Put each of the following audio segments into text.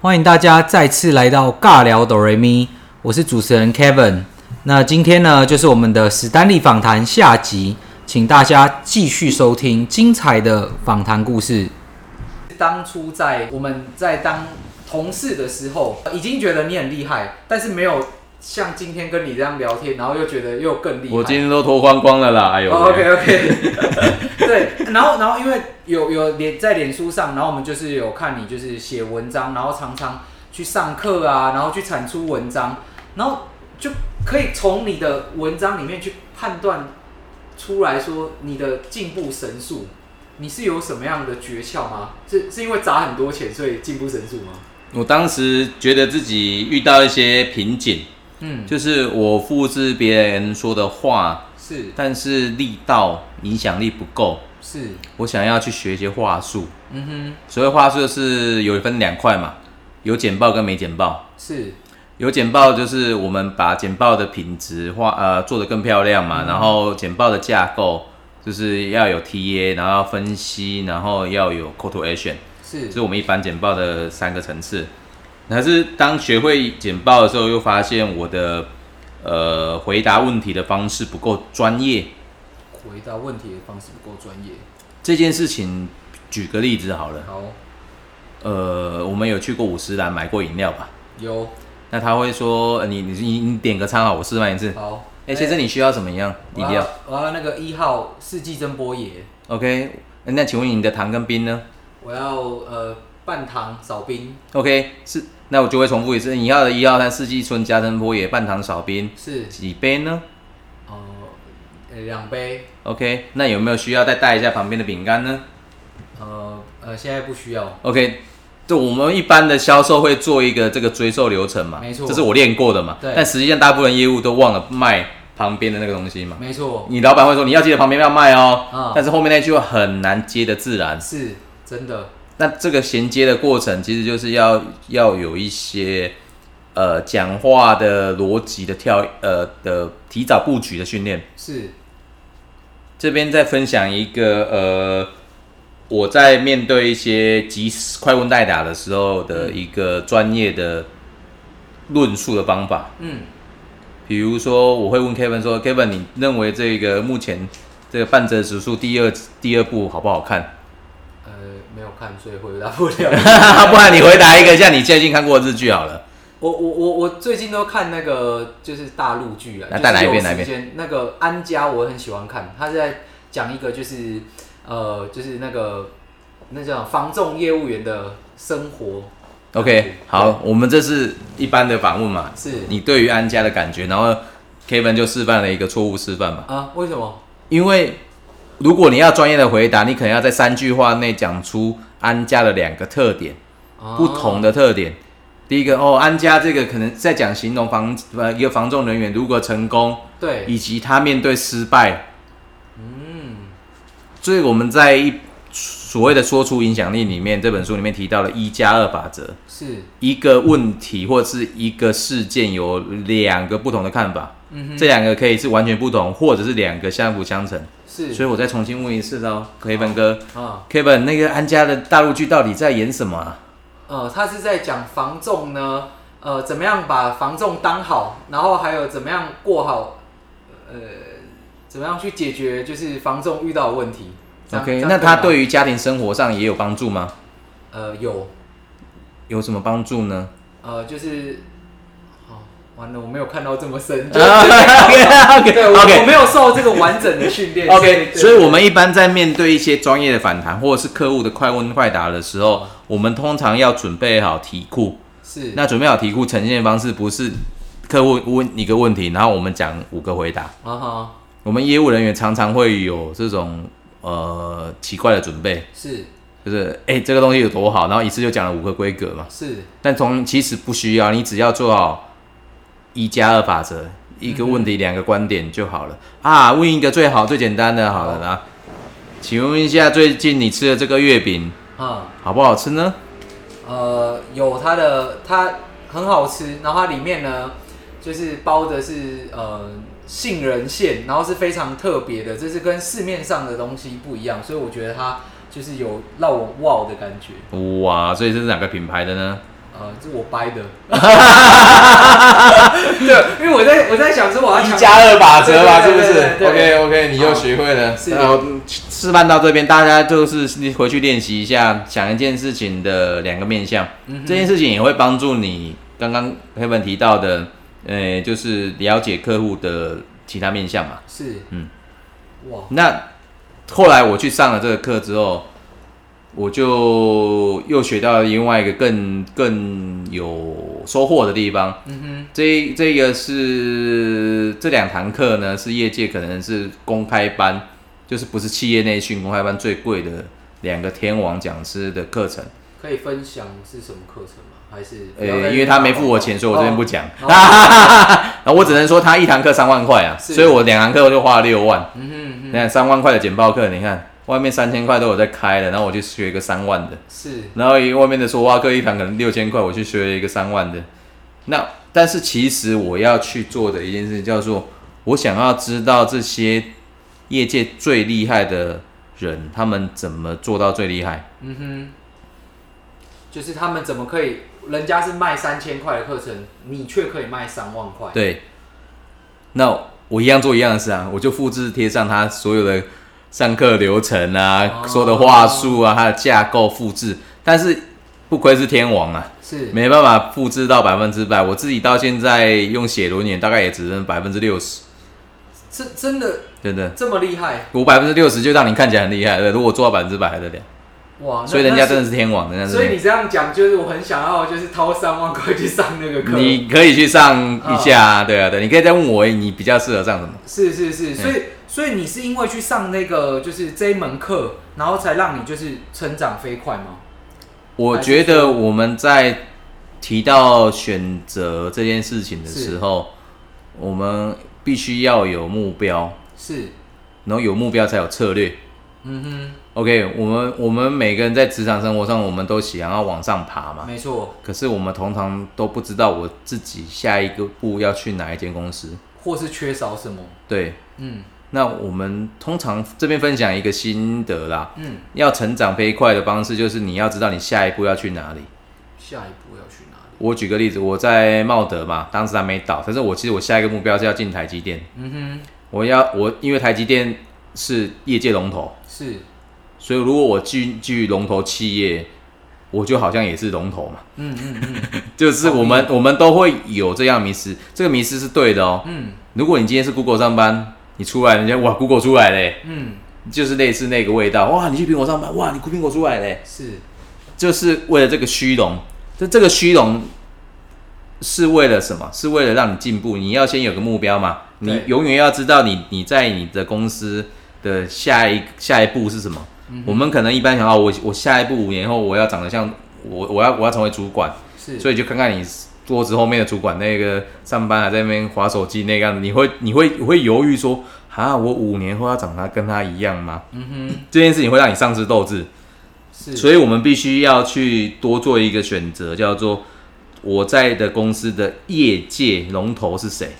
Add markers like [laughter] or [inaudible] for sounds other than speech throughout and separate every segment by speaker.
Speaker 1: 欢迎大家再次来到尬聊哆瑞咪，我是主持人 Kevin。那今天呢，就是我们的史丹利访谈下集，请大家继续收听精彩的访谈故事。当初在我们在当同事的时候，已经觉得你很厉害，但是没有像今天跟你这样聊天，然后又觉得又更厉害。
Speaker 2: 我今天都脱光光了啦，哎呦喂、
Speaker 1: 哦、OK OK，对， [laughs] 然后然后因为有有脸在脸书上，然后我们就是有看你就是写文章，然后常常去上课啊，然后去产出文章，然后就可以从你的文章里面去判断出来说你的进步神速，你是有什么样的诀窍吗？是是因为砸很多钱所以进步神速吗？
Speaker 2: 我当时觉得自己遇到一些瓶颈，
Speaker 1: 嗯，
Speaker 2: 就是我复制别人说的话，
Speaker 1: 是
Speaker 2: 但是力道影响力不够，
Speaker 1: 是，
Speaker 2: 我想要去学一些话术。
Speaker 1: 嗯
Speaker 2: 所谓话术就是有分两块嘛，有简报跟没简报。
Speaker 1: 哼，是
Speaker 2: 有简报就是我们把简报的品质画呃做得更漂亮
Speaker 1: 嗯
Speaker 2: 嘛，然后简报的架构就是要有 TA，然后要分析，然后要有 call to action。
Speaker 1: 是
Speaker 2: 这是我们一般简报的三个层次。但是当学会简报的时候，又发现我的呃回答问题的方式不够专业。
Speaker 1: 回答问题的方式不够专业。
Speaker 2: 这件事情，举个例子好了，
Speaker 1: 好，
Speaker 2: 呃，我们有去过五十兰买过饮料吧？
Speaker 1: 有
Speaker 2: 那他会说，呃你你你你点个餐好，我示范一次。
Speaker 1: 好，
Speaker 2: 哎，先生，你需要怎么样饮
Speaker 1: 我
Speaker 2: 料
Speaker 1: 要我要那个一号四季蒸波野，
Speaker 2: ？OK，呃那请问你的糖跟冰呢
Speaker 1: 我要呃半糖少冰，
Speaker 2: ？OK，是，那我就会重复一次，你要的一二三四季春加珍波野半糖少冰
Speaker 1: 是
Speaker 2: 几杯呢？
Speaker 1: 呃呃两杯，
Speaker 2: OK，那有没有需要再带一下旁边的饼干呢
Speaker 1: 呃呃现在不需要，
Speaker 2: ？OK，就我们一般的销售会做一个这个追售流程嘛，
Speaker 1: 没错
Speaker 2: 这是我练过的嘛。
Speaker 1: 对
Speaker 2: 但实际上大部分业务都忘了卖旁边的那个东西嘛。
Speaker 1: 没错，
Speaker 2: 你老板会说你要记得旁边要卖哦，
Speaker 1: 啊
Speaker 2: 但是后面那句话很难接的自然。
Speaker 1: 是真的，
Speaker 2: 那这个衔接的过程，其实就是要要有一些呃讲话的逻辑的跳呃的提早布局的训练。
Speaker 1: 是
Speaker 2: 这边再分享一个呃，我在面对一些即时快问代答的时候的一个专业的论述的方法。
Speaker 1: 嗯
Speaker 2: 比如说，我会问 Kevin 说：“Kevin，你认为这个目前这个半泽直树第二第二部好不好看？ [laughs]
Speaker 1: 呃没有看所以回答不了。
Speaker 2: 不然你回答一个像你最近看过的日剧好了。
Speaker 1: 我我我我最近都看那个就是大陆剧啊，
Speaker 2: 那带哪一
Speaker 1: 就是有
Speaker 2: 边哪一
Speaker 1: 时间那个安家我很喜欢看，他是在讲一个就是呃就是那个那叫防重业务员的生活。
Speaker 2: ”OK，好，我们这是一般的访问嘛，
Speaker 1: 是
Speaker 2: 你对于安家的感觉，然后 Kevin 就示范了一个错误示范嘛。
Speaker 1: 啊？为什么？
Speaker 2: 因为如果你要专业的回答，你可能要在三句话内讲出安家的两个特点，
Speaker 1: 啊
Speaker 2: 不同的特点。第一个哦，安家这个可能在讲形容防呃一个防重人员如何成功，
Speaker 1: 对，
Speaker 2: 以及他面对失败。
Speaker 1: 嗯，
Speaker 2: 所以我们在一所谓的说出影响力里面，这本书里面提到了一加二法则，
Speaker 1: 是，
Speaker 2: 一个问题或是一个事件有两个不同的看法，
Speaker 1: 嗯哼，
Speaker 2: 这两个可以是完全不同，或者是两个相辅相成。
Speaker 1: 是，
Speaker 2: 所以我再重新问一次哦喽，Kevin 哥
Speaker 1: 啊，
Speaker 2: ，Kevin 那个安家的大陆剧到底在演什么啊？
Speaker 1: 呃，他是在讲防重呢，呃，怎么样把防重当好，然后还有怎么样过好，呃，怎么样去解决就是防重遇到的问题。这样
Speaker 2: OK，
Speaker 1: 这样
Speaker 2: 那他
Speaker 1: 吗
Speaker 2: 对于家庭生活上也有帮助吗？
Speaker 1: 呃有
Speaker 2: 有什么帮助呢？
Speaker 1: 呃就是，哦，完了，我没有看到这么深， [laughs] 就对我我
Speaker 2: 呃 OK
Speaker 1: 没有受这个完整的训练
Speaker 2: [laughs] OK，所
Speaker 1: 以
Speaker 2: 以
Speaker 1: 对
Speaker 2: 我们一般在面对一些专业的反弹或者是客户的快问快答的时
Speaker 1: 嗯
Speaker 2: 候，我们通常要准备好题库。
Speaker 1: 是
Speaker 2: 那准备好题库呈现的方式不是客户问一个问题，然后我们讲五个回答。
Speaker 1: 啊哈
Speaker 2: 我们业务人员常常会有这种呃奇怪的准备，
Speaker 1: 是
Speaker 2: 就是哎、欸这个东西有多好，然后一次就讲了五个规格嘛。
Speaker 1: 是
Speaker 2: 但从其实不需要，你只要做好一加二法则，一个问题两个观点就好了、啊。问一个最好最简单的好了啦。请问一下，最近你吃的这个月饼
Speaker 1: 啊。
Speaker 2: 好不好吃呢？
Speaker 1: 呃，有它的它很好吃，然后它里面呢就是包的是呃杏仁馅，然后是非常特别的，这是跟市面上的东西不一样，所以我觉得它就是有让我哇的感觉。
Speaker 2: 哇，所以这是哪个品牌的呢？
Speaker 1: 呃，呃，这我掰的。 [laughs] 对，因为我在我在想说我要
Speaker 2: 一
Speaker 1: 强
Speaker 2: 加二法则吧，
Speaker 1: 对
Speaker 2: 是不
Speaker 1: 对
Speaker 2: 是
Speaker 1: 对对对
Speaker 2: ？OK OK，你又学会了。
Speaker 1: 是
Speaker 2: 然后示范到这边，大家就是回去练习一下，想一件事情的两个面向。
Speaker 1: 嗯
Speaker 2: 这件事情也会帮助你刚刚 Kevin 提到的，呃，就是了解客户的其他面向嘛。
Speaker 1: 是
Speaker 2: 嗯，
Speaker 1: 哇，
Speaker 2: 那后来我去上了这个课之后，我就又学到另外一个更更有收获的地方。
Speaker 1: 嗯
Speaker 2: 这这个是这两堂课呢，是业界可能是公开班，就是不是企业内训公开班最贵的两个天王讲师的课程。
Speaker 1: 哼，可以分享是什么课程吗？还是
Speaker 2: 呃、因为他没付我钱，所以我这边不
Speaker 1: 哦
Speaker 2: 讲。
Speaker 1: 哦
Speaker 2: [laughs] 然后我只能说他一堂课三万块啊，
Speaker 1: 是
Speaker 2: 所以我两堂课就花了六万。
Speaker 1: 嗯哼嗯哼，
Speaker 2: 那三万块的简报课，你看外面三千块都有在开了，然后我去学一个三万的。
Speaker 1: 是
Speaker 2: 然后外面的说哇，各一堂可能六千块，我去学了一个三万的。那但是其实我要去做的一件事情叫做，我想要知道这些业界最厉害的人，他们怎么做到最厉害？
Speaker 1: 嗯哼，就是他们怎么可以，人家是卖三千块的课程，你却可以卖三万块，
Speaker 2: 对，那我一样做一样的事啊，我就复制贴上他所有的上课流程啊、
Speaker 1: 哦
Speaker 2: 说的话术啊、它的架构复制，但是不愧是天王啊，
Speaker 1: 是
Speaker 2: 没办法复制到百分之百。我自己到现在用写轮眼，大概也只剩百分之六十，
Speaker 1: 是真的
Speaker 2: 真的。
Speaker 1: 这么厉害
Speaker 2: 我百分之六十就让你看起来很厉害了，如果做到百分之百还得了，
Speaker 1: 哦哇！那
Speaker 2: 所以人家真的
Speaker 1: 那
Speaker 2: 是天王，人家
Speaker 1: 是，
Speaker 2: 是
Speaker 1: 所以
Speaker 2: 天
Speaker 1: 你这样讲，就是我很想要，就是掏三万块去上那个课，
Speaker 2: 王。你可以去上一下、
Speaker 1: 哦
Speaker 2: 啊，对啊，对，你可以再问我你比较适合上什么。
Speaker 1: 是是
Speaker 2: 嗯
Speaker 1: 是，所以所以你是因为去上那个就是这一门课，然后才让你就是成长飞快吗？
Speaker 2: 我觉得我们在提到选择这件事情的时候，我们必须要有目标，
Speaker 1: 是，
Speaker 2: 然后有目标才有策略。
Speaker 1: 嗯
Speaker 2: OK，我们我们每个人在职场生活上，我们都想要往上爬
Speaker 1: 哼，
Speaker 2: 嘛，
Speaker 1: 没错，
Speaker 2: 可是我们通常都不知道我自己下一个步要去哪一间公司。
Speaker 1: 或是缺少什么，
Speaker 2: 对，
Speaker 1: 嗯
Speaker 2: 那我们通常这边分享一个心得啦，
Speaker 1: 嗯，
Speaker 2: 要成长飞快的方式就是你要知道你下一步要去哪里。
Speaker 1: 下一步要去哪里？
Speaker 2: 我举个例子，我在茂德嘛，当时还没倒，但是我其实我下一个目标是要进台积电，
Speaker 1: 嗯
Speaker 2: 我要我因为台积电是业界龙头，
Speaker 1: 哼，是，
Speaker 2: 所以如果我进去龙头企业，我就好像也是龙头嘛，
Speaker 1: 嗯嗯嗯
Speaker 2: 就是我们我们都会有这样迷失，这个迷失是对的哦。
Speaker 1: 嗯
Speaker 2: 如果你今天是 Google 上班，你出来人家哇 Google 出来嘞，
Speaker 1: 嗯，
Speaker 2: 就是类似那个味道，哇你去苹果上班，哇你苹果出来嘞，
Speaker 1: 是，
Speaker 2: 就是为了这个虚荣。但这个虚荣是为了什么？是为了让你进步。你要先有个目标嘛。你
Speaker 1: 对
Speaker 2: 永远要知道你你在你的公司的下一下一步是什么。
Speaker 1: 嗯
Speaker 2: 我们可能一般想到哦我我下一步五年后我要长得像我我要我要成为主管，
Speaker 1: 是，
Speaker 2: 所以就看看你桌子后面的主管那个上班还在那边划手机那个样子，你会你会你会犹豫说啊，我五年后要长得跟他一样吗？
Speaker 1: 嗯哼，
Speaker 2: 这件事情会让你丧失斗志。
Speaker 1: 是，
Speaker 2: 所
Speaker 1: 以
Speaker 2: 以我们必须要去多做一个选择，叫做我在的公司的业界龙头是谁，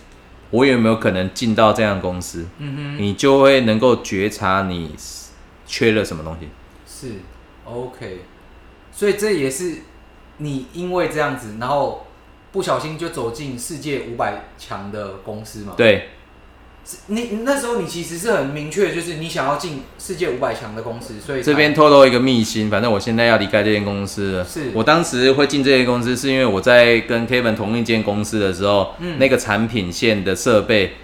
Speaker 2: 我有没有可能进到这样的公司，
Speaker 1: 嗯
Speaker 2: 你就会能够觉察你缺了什么东西。
Speaker 1: 哼，是，OK，所以这也是你因为这样子，然后不小心就走进世界五百强的公司嘛？
Speaker 2: 对
Speaker 1: 是你你那时候你其实是很明确，就是你想要进世界五百强的公司，所以
Speaker 2: 这边透露一个秘辛，反正我现在要离开这间公司了。
Speaker 1: 是
Speaker 2: 我当时会进这间公司，是因为我在跟 Kevin 同一间公司的时候，
Speaker 1: 嗯
Speaker 2: 那个产品线的设备，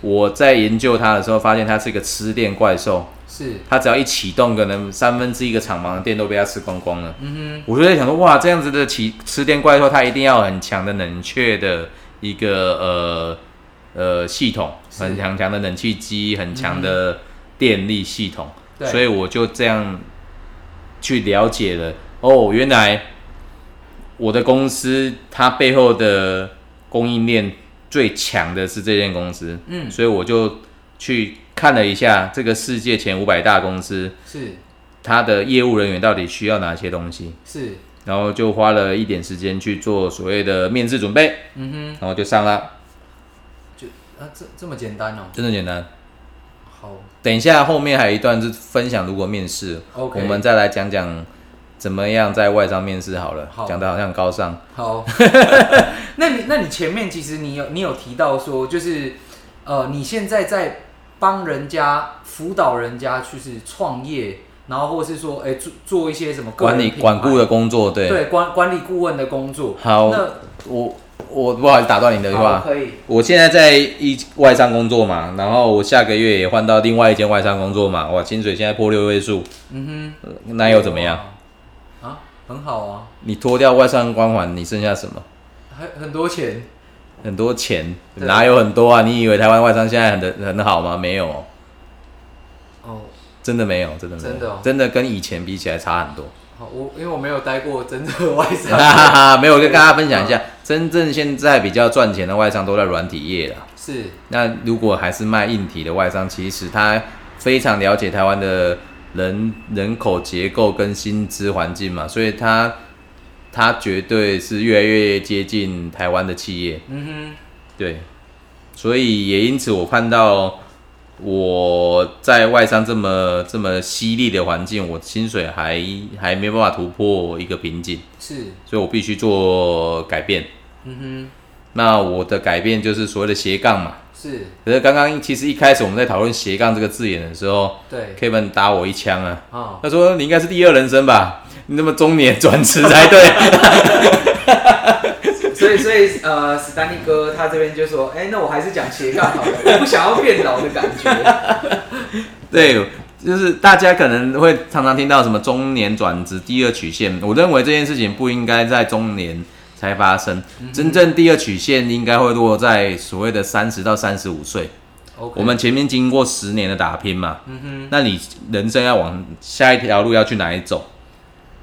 Speaker 2: 我在研究它的时候，发现它是一个吃电怪兽。
Speaker 1: 是，
Speaker 2: 它只要一启动，可能三分之一个厂房的电都被它吃光光了。
Speaker 1: 嗯
Speaker 2: 我就在想说，哇，这样子的起吃电怪兽，它一定要很强的冷却的一个呃呃系统，
Speaker 1: 是
Speaker 2: 很强强的冷气机，很强的电力系统。
Speaker 1: 嗯对
Speaker 2: 所以我就这样去了解了，哦，原来我的公司它背后的供应链最强的是这间公司。
Speaker 1: 哼，嗯，
Speaker 2: 所以我就去看了一下这个世界前五百大公司，
Speaker 1: 是
Speaker 2: 它的业务人员到底需要哪些东西，
Speaker 1: 是，
Speaker 2: 然后就花了一点时间去做所谓的面试准备，
Speaker 1: 嗯
Speaker 2: 然后就上了，
Speaker 1: 哼，啊，这这么简单哦，
Speaker 2: 真的简单。
Speaker 1: 好
Speaker 2: 等一下后面还有一段是分享如果面试
Speaker 1: ，OK，
Speaker 2: 我们再来讲讲怎么样在外商面试好了，
Speaker 1: 好
Speaker 2: 讲的好像很高尚。
Speaker 1: 好， [laughs] 那你那你前面其实你有你有提到说，就是呃，你现在在帮人家辅导人家，就是创业，然后或是说，哎、做做一些什么个人
Speaker 2: 管理
Speaker 1: 品牌
Speaker 2: 管顾的工作，对，
Speaker 1: 对管管理顾问的工作。
Speaker 2: 好，
Speaker 1: 那
Speaker 2: 我我不好意思打断你的
Speaker 1: 好
Speaker 2: 话，
Speaker 1: 可以，
Speaker 2: 我现在在一外商工作嘛，然后我下个月也换到另外一间外商工作嘛，哇，薪水现在破六位数，
Speaker 1: 嗯哼，
Speaker 2: 那又怎么样？？
Speaker 1: 啊，很好啊，
Speaker 2: 你脱掉外商光环，你剩下什么？
Speaker 1: 还很多钱。
Speaker 2: 很多钱，
Speaker 1: 对
Speaker 2: 哪有很多啊？你以为台湾外商现在很很好吗？没有，
Speaker 1: 哦，
Speaker 2: 真的没有，真的没有，
Speaker 1: 真的哦
Speaker 2: 跟以前比起来
Speaker 1: [laughs]
Speaker 2: 差很多。 [laughs]
Speaker 1: 好，我因为我没有待过真正的外
Speaker 2: 哈
Speaker 1: 商，
Speaker 2: 哈哈，没有，我跟大家分享一下，真正现在比较赚钱的外商都在软体业了。
Speaker 1: 是
Speaker 2: 那如果还是卖硬体的外商，其实他非常了解台湾的人人口结构跟薪资环境嘛，所以他他绝对是越来越接近台湾的企业，
Speaker 1: 嗯
Speaker 2: 对，所以也因此我看到我在外商这么这么犀利的环境，我薪水还还没办法突破一个瓶颈
Speaker 1: 哼，，是，
Speaker 2: 所以我必须做改变。
Speaker 1: 嗯
Speaker 2: 那我的改变就是所谓的斜杠嘛。
Speaker 1: 哼，是
Speaker 2: 可是刚刚其实一开始我们在讨论斜杠这个字眼的时候
Speaker 1: 对，
Speaker 2: ，Kevin 打我一枪啊，
Speaker 1: 啊、
Speaker 2: 他说你应该是第二人生吧，你那么中年转职才对。
Speaker 1: 所以，所以，呃，史丹利哥他这边就说，哎、那我还是讲斜杠好了，我不想要变老的感
Speaker 2: [laughs]
Speaker 1: 觉。
Speaker 2: 对，就是大家可能会常常听到什么中年转职第二曲线，我认为这件事情不应该在中年才发生，真正第二曲线应该会落在所谓的三十到三十五岁。
Speaker 1: OK，
Speaker 2: 我们前面经过十年的打拼嘛，
Speaker 1: 嗯
Speaker 2: 那你人生要往下一条路要去哪里走？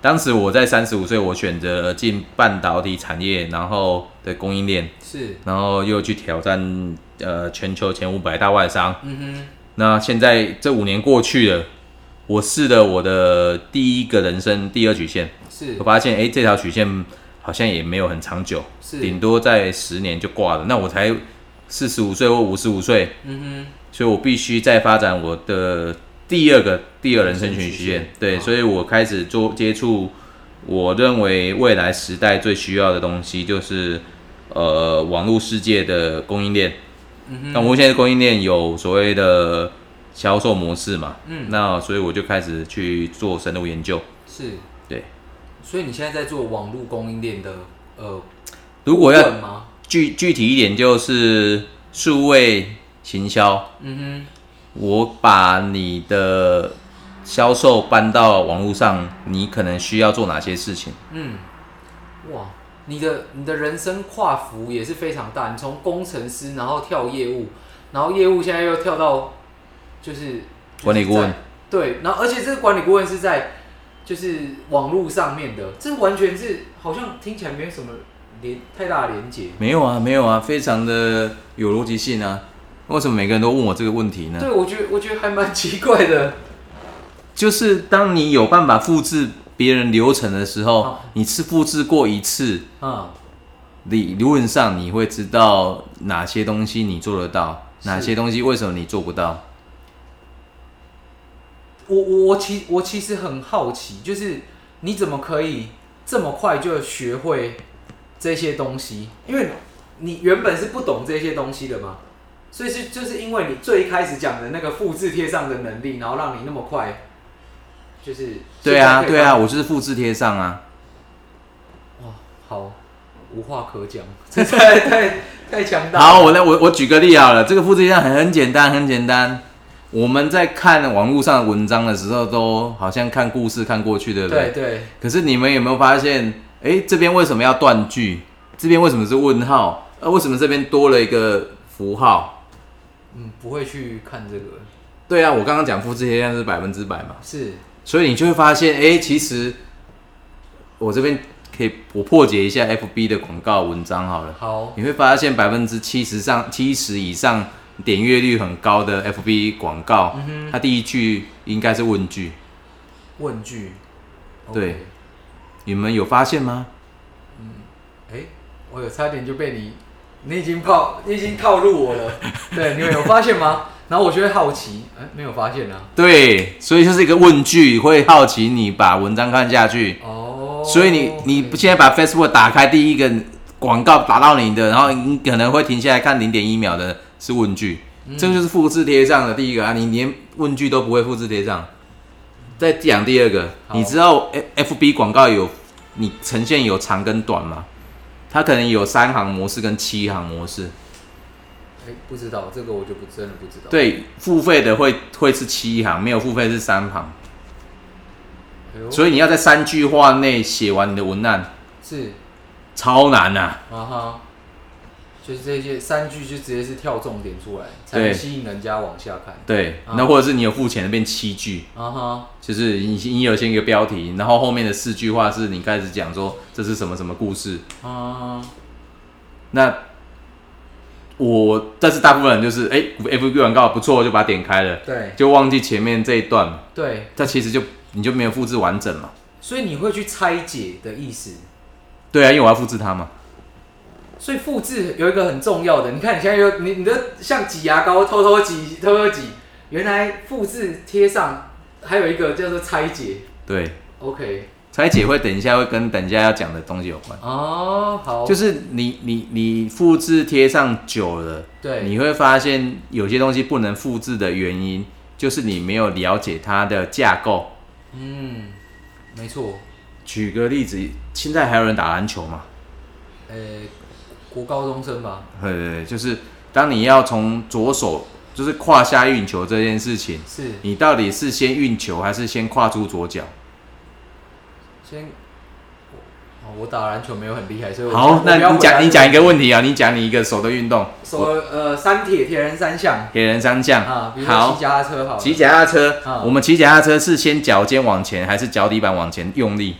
Speaker 2: 当时我在三十五岁，我选择进半导体产业，然后的供应链
Speaker 1: 哼，，是，
Speaker 2: 然后又去挑战呃全球前五百大外商。
Speaker 1: 嗯
Speaker 2: 那现在这五年过去了，我试了我的第一个人生第二曲线，
Speaker 1: 哼，是
Speaker 2: 我，发现诶这条曲线好像也没有很长久，
Speaker 1: 是
Speaker 2: 顶多在十年就挂了。那我才四十五岁或五十五岁，
Speaker 1: 嗯
Speaker 2: 所以我必须再发展我的第二个第二人生
Speaker 1: 曲
Speaker 2: 曲
Speaker 1: 线
Speaker 2: 线。对，
Speaker 1: 好
Speaker 2: 所以我开始做接触，我认为未来时代最需要的东西就是呃网络世界的供应链。
Speaker 1: 嗯
Speaker 2: 那我现在供应链有所谓的销售模式嘛，
Speaker 1: 嗯
Speaker 2: 那所以我就开始去做深入研究。
Speaker 1: 哼，是，
Speaker 2: 对，
Speaker 1: 所以你现在在做网络供应链的呃
Speaker 2: 如果要
Speaker 1: 问吗？
Speaker 2: 具具体一点，就是数位行销，
Speaker 1: 嗯
Speaker 2: 我把你的销售搬到网络上，你可能需要做哪些事情？
Speaker 1: 哼，嗯，哇，你的你的人生跨幅也是非常大，你从工程师然后跳业务，然后业务现在又跳到就是
Speaker 2: 管理顾问
Speaker 1: 在对，然后而且这个管理顾问是在就是网络上面的，这完全是好像听起来没有什么连太大的连接。
Speaker 2: 没有啊，没有啊，非常的有逻辑性啊。为什么每个人都问我这个问题呢？
Speaker 1: 对，我觉得我觉得还蛮奇怪的。
Speaker 2: 就是当你有办法复制别人流程的时候，
Speaker 1: 哦
Speaker 2: 你是复制过一次，
Speaker 1: 嗯，
Speaker 2: 理论上你会知道哪些东西你做得到，
Speaker 1: 是
Speaker 2: 哪些东西为什么你做不到。
Speaker 1: 我我我其我其实很好奇，就是你怎么可以这么快就学会这些东西？因为你原本是不懂这些东西的嘛，所以是就是因为你最一开始讲的那个复制贴上的能力，然后让你那么快，就是
Speaker 2: 对啊，
Speaker 1: 现在可以
Speaker 2: 对啊，
Speaker 1: 当
Speaker 2: 我就是复制贴上啊。
Speaker 1: 哇，好，无话可讲，这太太太强大了。
Speaker 2: 好，我来我我举个例好了，这个复制贴上很很简单，很简单。我们在看网络上的文章的时候，都好像看故事看过去，对不对？
Speaker 1: 对对，
Speaker 2: 可是你们有没有发现，哎，这边为什么要断句？这边为什么是问号？呃，为什么这边多了一个符号？
Speaker 1: 嗯，不会去看这个，
Speaker 2: 对啊，我刚刚讲复制贴上是百分之百嘛，
Speaker 1: 是
Speaker 2: 所以你就会发现，哎、其实我这边可以我破解一下 FB 的广告文章好了。
Speaker 1: 好，
Speaker 2: 你会发现百分之七十上七十以上点阅率很高的 FB 广告，它第一句应该是问句，
Speaker 1: 问句，
Speaker 2: 对你们有发现吗？
Speaker 1: 哎、
Speaker 2: [laughs]
Speaker 1: 我有差点就被你，你已经套，你已经套路我了。对，你们有发现吗？然后我就会好奇，哎、没有发现啊。
Speaker 2: 对，所以就是一个问句，会好奇你把文章看下去。
Speaker 1: 哦，
Speaker 2: 所以你你不现在把 Facebook 打开第一个广告打到你的，然后你可能会停下来看零点一秒的是问句，这个就是复制贴上的第一个啊，你连问句都不会复制贴上。再讲第二个，
Speaker 1: 好
Speaker 2: 你知道 F B 广告有你呈现有长跟短吗？它可能有三行模式跟七行模式。
Speaker 1: 哎、不知道这个我就不真的不知道。，
Speaker 2: 对，付费的会会是七行，没有付费是三行，
Speaker 1: 哎呦，
Speaker 2: 所以你要在三句话内写完你的文案，
Speaker 1: 是
Speaker 2: 超难啊！
Speaker 1: 啊哈，就是这些三句就直接是跳重点出来，才
Speaker 2: 对
Speaker 1: 能吸引人家往下看。
Speaker 2: 对，
Speaker 1: 啊
Speaker 2: 那或者是你有付钱的变七句，
Speaker 1: 啊哈，
Speaker 2: 就是你你有先一个标题，然后后面的四句话是你开始讲说这是什么什么故事。
Speaker 1: 啊
Speaker 2: 那我但是大部分人就是哎、f B 广告不错，就把它点开了，
Speaker 1: 对
Speaker 2: 就忘记前面这一段，
Speaker 1: 对，
Speaker 2: 它其实就你就没有复制完整嘛。
Speaker 1: 所以你会去拆解的意思。
Speaker 2: 对啊，因为我要复制它嘛。
Speaker 1: 所以复制有一个很重要的，你看你现在又你你的像挤牙膏，偷偷挤，偷偷挤，原来复制贴上还有一个叫做拆解。
Speaker 2: 对，
Speaker 1: OK，
Speaker 2: 彩姐会等一下会跟等一下要讲的东西有关。
Speaker 1: 哦，好，
Speaker 2: 就是是你你你复制贴上久了，
Speaker 1: 对
Speaker 2: 你会发现有些东西不能复制的原因，就是你没有了解它的架构。
Speaker 1: 嗯，没错，
Speaker 2: 举个例子，现在还有人打篮球嘛？
Speaker 1: 呃、国高中生吧，
Speaker 2: 对对对，就是当你要从左手就是胯下运球这件事情，
Speaker 1: 是
Speaker 2: 你到底是先运球还是先跨出左脚？
Speaker 1: 先，我哦我打篮球没有很厉害，所以我
Speaker 2: 好
Speaker 1: 我，
Speaker 2: 那
Speaker 1: 不要
Speaker 2: 你
Speaker 1: 回答
Speaker 2: 讲你
Speaker 1: 这个
Speaker 2: 讲一个问题啊，你讲你一个手的运动，
Speaker 1: 什么呃三铁铁人三项
Speaker 2: 给人三项。
Speaker 1: 啊，比如说
Speaker 2: 好
Speaker 1: 骑，脚踏车好了，
Speaker 2: 骑脚踏车，
Speaker 1: 嗯
Speaker 2: 我们骑脚踏车是先脚尖往前，还是脚底板往前用力？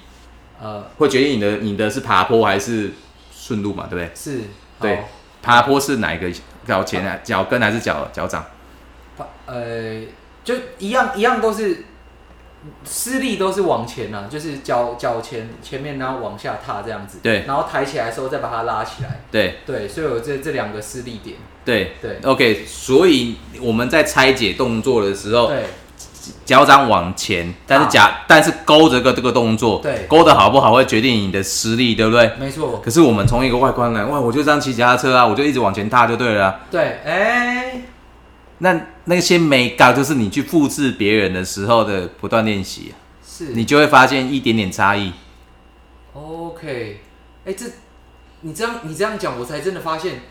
Speaker 1: 呃
Speaker 2: 会决定你的你的是爬坡还是顺路嘛，对不对？
Speaker 1: 是，
Speaker 2: 对
Speaker 1: 好，
Speaker 2: 爬坡是哪一个脚前啊？脚跟还是脚脚掌？
Speaker 1: 呃，就一样一样都是施力都是往前啊，就是脚脚前前面然后往下踏这样子，
Speaker 2: 对
Speaker 1: 然后抬起来的时候再把它拉起来，
Speaker 2: 对
Speaker 1: 对，所以有这这两个施力点，
Speaker 2: 对
Speaker 1: 对
Speaker 2: ，OK。所以我们在拆解动作的时候，
Speaker 1: 对
Speaker 2: 脚掌往前，但是
Speaker 1: 啊
Speaker 2: 脚、但是勾着个这个动作，
Speaker 1: 对
Speaker 2: 勾的好不好会决定你的施力，对不对？
Speaker 1: 没错，
Speaker 2: 可是我们从一个外观来，哇，我就这样骑脚踏车啊，我就一直往前踏就对了啊、
Speaker 1: 对，哎、
Speaker 2: 那那些美感就是你去复制别人的时候的不断练习啊、
Speaker 1: 是
Speaker 2: 你就会发现一点点差异。
Speaker 1: OK，哎、这你这样你这样讲，我才真的发现，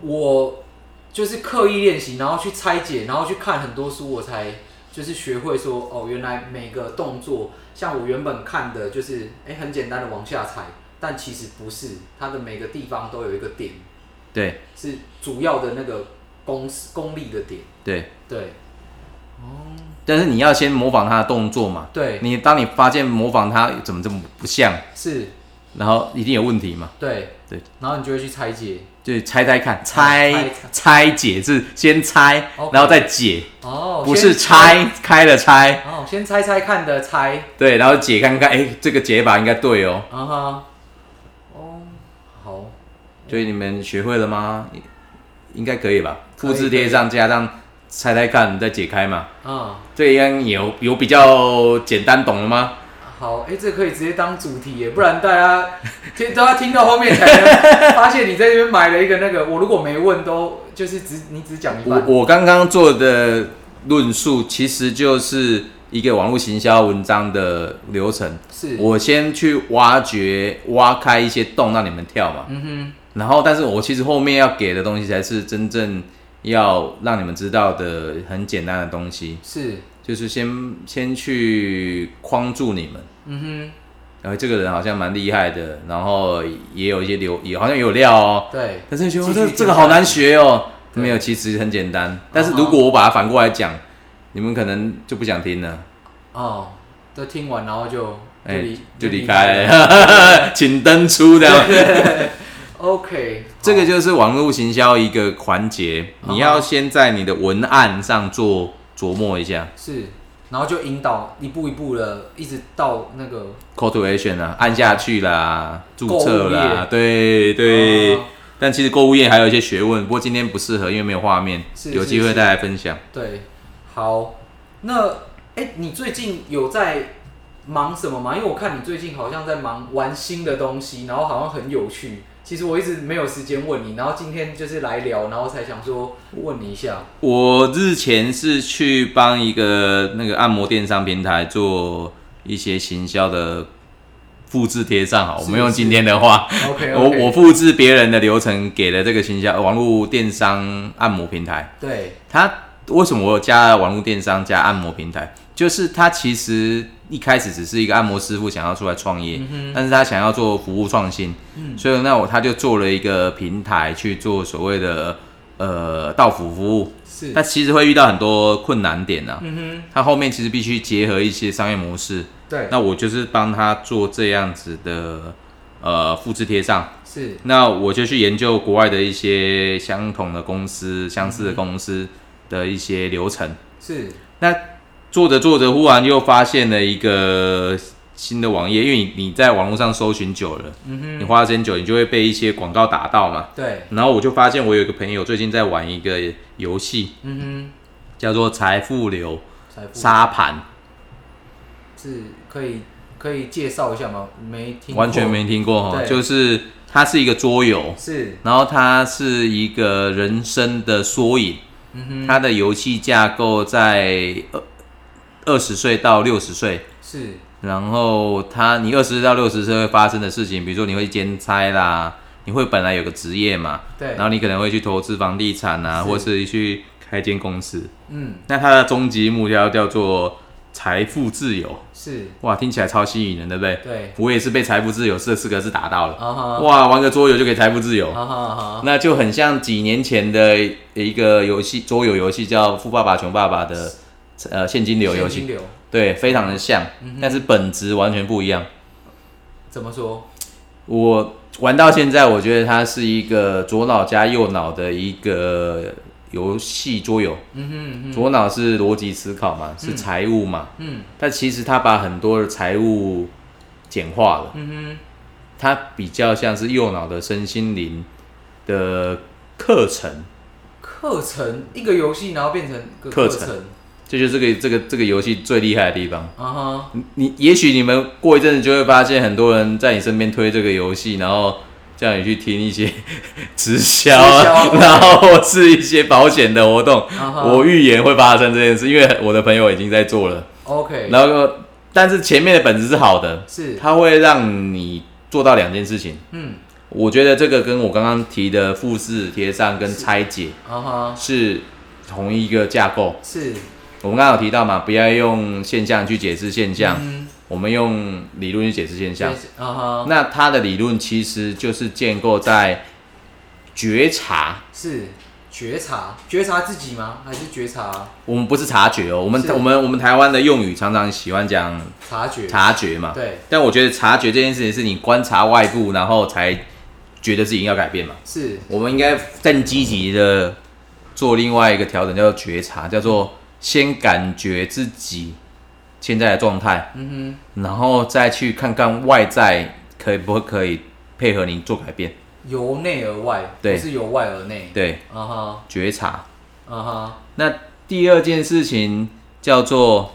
Speaker 1: 我就是刻意练习，然后去拆解，然后去看很多书，我才就是学会说，哦，原来每个动作，像我原本看的就是，哎、很简单的往下踩，但其实不是，它的每个地方都有一个点，
Speaker 2: 对
Speaker 1: 是主要的那个功功力的点，
Speaker 2: 对。
Speaker 1: 对
Speaker 2: 但是你要先模仿他的动作嘛。
Speaker 1: 对，
Speaker 2: 你当你发现模仿他怎么这么不像，
Speaker 1: 是，
Speaker 2: 然后一定有问题嘛？
Speaker 1: 对
Speaker 2: 对，
Speaker 1: 然后你就会去拆解，
Speaker 2: 就拆拆
Speaker 1: 哦
Speaker 2: 看，拆
Speaker 1: 拆
Speaker 2: 拆解是先拆
Speaker 1: OK
Speaker 2: 然后再解，
Speaker 1: 哦，
Speaker 2: 不
Speaker 1: 先
Speaker 2: 是，拆开了拆，
Speaker 1: 哦，先拆拆看的拆。
Speaker 2: 对，然后解看看，哎、这个解法应该对哦。
Speaker 1: 啊哈，哦，好，
Speaker 2: 所以你们学会了吗？应应该可以吧？
Speaker 1: 可以
Speaker 2: 复制贴上加上拆拆看，再解开嘛。
Speaker 1: 嗯，
Speaker 2: 这样有有比较简单懂了吗？
Speaker 1: 好，哎、这可以直接当主题耶，不然大家听都要听到后面才能发现你在这边买了一个那个，我如果没问都就是只你只讲一
Speaker 2: 我
Speaker 1: 半，
Speaker 2: 我刚刚做的论述其实就是一个网络行销文章的流程。
Speaker 1: 是，
Speaker 2: 我先去挖掘、挖开一些洞让你们跳嘛，
Speaker 1: 嗯
Speaker 2: 然后但是我其实后面要给的东西才是真正要让你们知道的很简单的东西，
Speaker 1: 哼，是，
Speaker 2: 就是先先去框住你们。
Speaker 1: 嗯
Speaker 2: 然后这个人好像蛮厉害的，然后也有一些流，也好像有料哦
Speaker 1: 哼，。对，
Speaker 2: 但是觉得哇哦
Speaker 1: 继
Speaker 2: 这
Speaker 1: 续
Speaker 2: 这个好难学哦。
Speaker 1: 对哦
Speaker 2: 没有，其实很简单。但是如果我把它反过来讲，你们可能就不想听了，
Speaker 1: 哦，都听完然后就就
Speaker 2: 哎
Speaker 1: 离、，
Speaker 2: 就离开。了， [laughs] 请登出这样。
Speaker 1: OK，好
Speaker 2: 这个就是网络行销一个环节，
Speaker 1: 嗯哼
Speaker 2: 你要先在你的文案上做琢磨一下
Speaker 1: 是，然后就引导一步一步的，一直到那个
Speaker 2: ，call to action 啊，按下去啦，注册
Speaker 1: 购物
Speaker 2: 啦
Speaker 1: 页，
Speaker 2: 对对
Speaker 1: 哦，
Speaker 2: 但其实购物业还有一些学问，不过今天不适合，因为没有画面，
Speaker 1: 是
Speaker 2: 有机会
Speaker 1: 是
Speaker 2: 再来分享。
Speaker 1: 对，好，那哎、你最近有在忙什么吗？因为我看你最近好像在忙玩新的东西，然后好像很有趣。其实我一直没有时间问你，然后今天就是来聊，然后才想说问你一下。
Speaker 2: 我日前是去帮一个那个按摩电商平台做一些行销的复制贴上，好，我们
Speaker 1: 是
Speaker 2: 用
Speaker 1: 是
Speaker 2: 今天的话，
Speaker 1: OK，,
Speaker 2: 我我复制别人的流程给了这个行销网络电商按摩平台。
Speaker 1: [laughs] 对
Speaker 2: 它为什么我加了网络电商加按摩平台？就是它其实一开始只是一个按摩师傅想要出来创业，
Speaker 1: 嗯
Speaker 2: 但是他想要做服务创新，所以那我他就做了一个平台去做所谓的呃到府服务。
Speaker 1: 是
Speaker 2: 但其实会遇到很多困难点啊。
Speaker 1: 嗯
Speaker 2: 它后面其实必须结合一些商业模式。
Speaker 1: 哼，对
Speaker 2: 那我就是帮他做这样子的呃复制贴上。
Speaker 1: 是
Speaker 2: 那我就去研究国外的一些相同的公司、相似的公司的一些流程。
Speaker 1: 是
Speaker 2: 那做着做着，忽然又发现了一个新的网页，因为你你在网络上搜寻久了，
Speaker 1: 嗯
Speaker 2: 你花时间久，你就会被一些广告打到嘛。
Speaker 1: 对
Speaker 2: 然后我就发现，我有一个朋友最近在玩一个游戏，
Speaker 1: 嗯
Speaker 2: 叫做财富流
Speaker 1: 哼，财富
Speaker 2: 沙盘，
Speaker 1: 是可以可以介绍一下吗？没听过
Speaker 2: 完全没听过哈，
Speaker 1: 对
Speaker 2: 就是它是一个桌游，
Speaker 1: 是
Speaker 2: 然后它是一个人生的缩影，它的游戏架构在二二十岁到六十岁，
Speaker 1: 是
Speaker 2: 然后它你二十到六十岁会发生的事情，比如说你会兼差啦，你会本来有个职业嘛，
Speaker 1: 对
Speaker 2: 然后你可能会去投资房地产啊，
Speaker 1: 是
Speaker 2: 或是去开间公司，
Speaker 1: 嗯
Speaker 2: 那它的终极目标叫做财富自由，
Speaker 1: 是
Speaker 2: 哇，听起来超吸引人，对不对？
Speaker 1: 对
Speaker 2: 我也是被“财富自由”这四个字打到了，
Speaker 1: 啊哈
Speaker 2: 哇，玩个桌游就可以财富自由，
Speaker 1: 啊哈啊哈
Speaker 2: 那就很像几年前的一个游戏桌游游戏叫《富爸爸穷爸爸》的呃现金流游
Speaker 1: 现金
Speaker 2: 戏，
Speaker 1: 流嗯
Speaker 2: 对，非常的像，但是本质完全不一样。
Speaker 1: 怎么说？
Speaker 2: 我玩到现在，我觉得它是一个左脑加右脑的一个游戏桌游。
Speaker 1: 嗯哼嗯
Speaker 2: 左脑是逻辑思考嘛，是财务嘛，
Speaker 1: 嗯
Speaker 2: 但其实他把很多的财务简化了，
Speaker 1: 嗯
Speaker 2: 它比较像是右脑的身心灵的课程，
Speaker 1: 哼，课程一个游戏，然后变成个
Speaker 2: 课程
Speaker 1: 程
Speaker 2: 这就是这个这个这个游戏最厉害的地方。
Speaker 1: 啊哈
Speaker 2: 你你也许你们过一阵子就会发现，很多人在你身边推这个游戏，然后叫你去听一些直销
Speaker 1: 直
Speaker 2: 啊，
Speaker 1: 销
Speaker 2: 然后或是一些保险的活动。
Speaker 1: 啊哈
Speaker 2: 我预言会发生这件事，因为我的朋友已经在做了。
Speaker 1: OK
Speaker 2: 然后，但是前面的本质是好的，
Speaker 1: 是
Speaker 2: 它会让你做到两件事情。
Speaker 1: 嗯
Speaker 2: 我觉得这个跟我刚刚提的复制贴上跟拆解
Speaker 1: 啊哈
Speaker 2: 是同一个架构。
Speaker 1: 是
Speaker 2: 我们刚刚有提到嘛，不要用现象去解释现象，
Speaker 1: 嗯
Speaker 2: 我们用理论去解释现象。
Speaker 1: 啊哈
Speaker 2: 那它的理论其实就是建构在觉察，
Speaker 1: 是觉察觉察自己吗？还是觉察
Speaker 2: 我们不是察觉哦，我们
Speaker 1: 是
Speaker 2: 我们我们台湾的用语常常喜欢讲
Speaker 1: 察觉？
Speaker 2: 察觉嘛，
Speaker 1: 对
Speaker 2: 但我觉得察觉这件事情是你观察外部，然后才觉得自己要改变嘛。
Speaker 1: 是
Speaker 2: 我们应该更积极的做另外一个调整，叫做觉察，叫做先感觉自己现在的状态，
Speaker 1: 嗯
Speaker 2: 然后再去看看外在可以不可以配合你做改变。
Speaker 1: 哼由内而外，
Speaker 2: 对
Speaker 1: 不是由外而内
Speaker 2: 对，
Speaker 1: 啊哈
Speaker 2: 觉察。
Speaker 1: 啊哈
Speaker 2: 那第二件事情叫做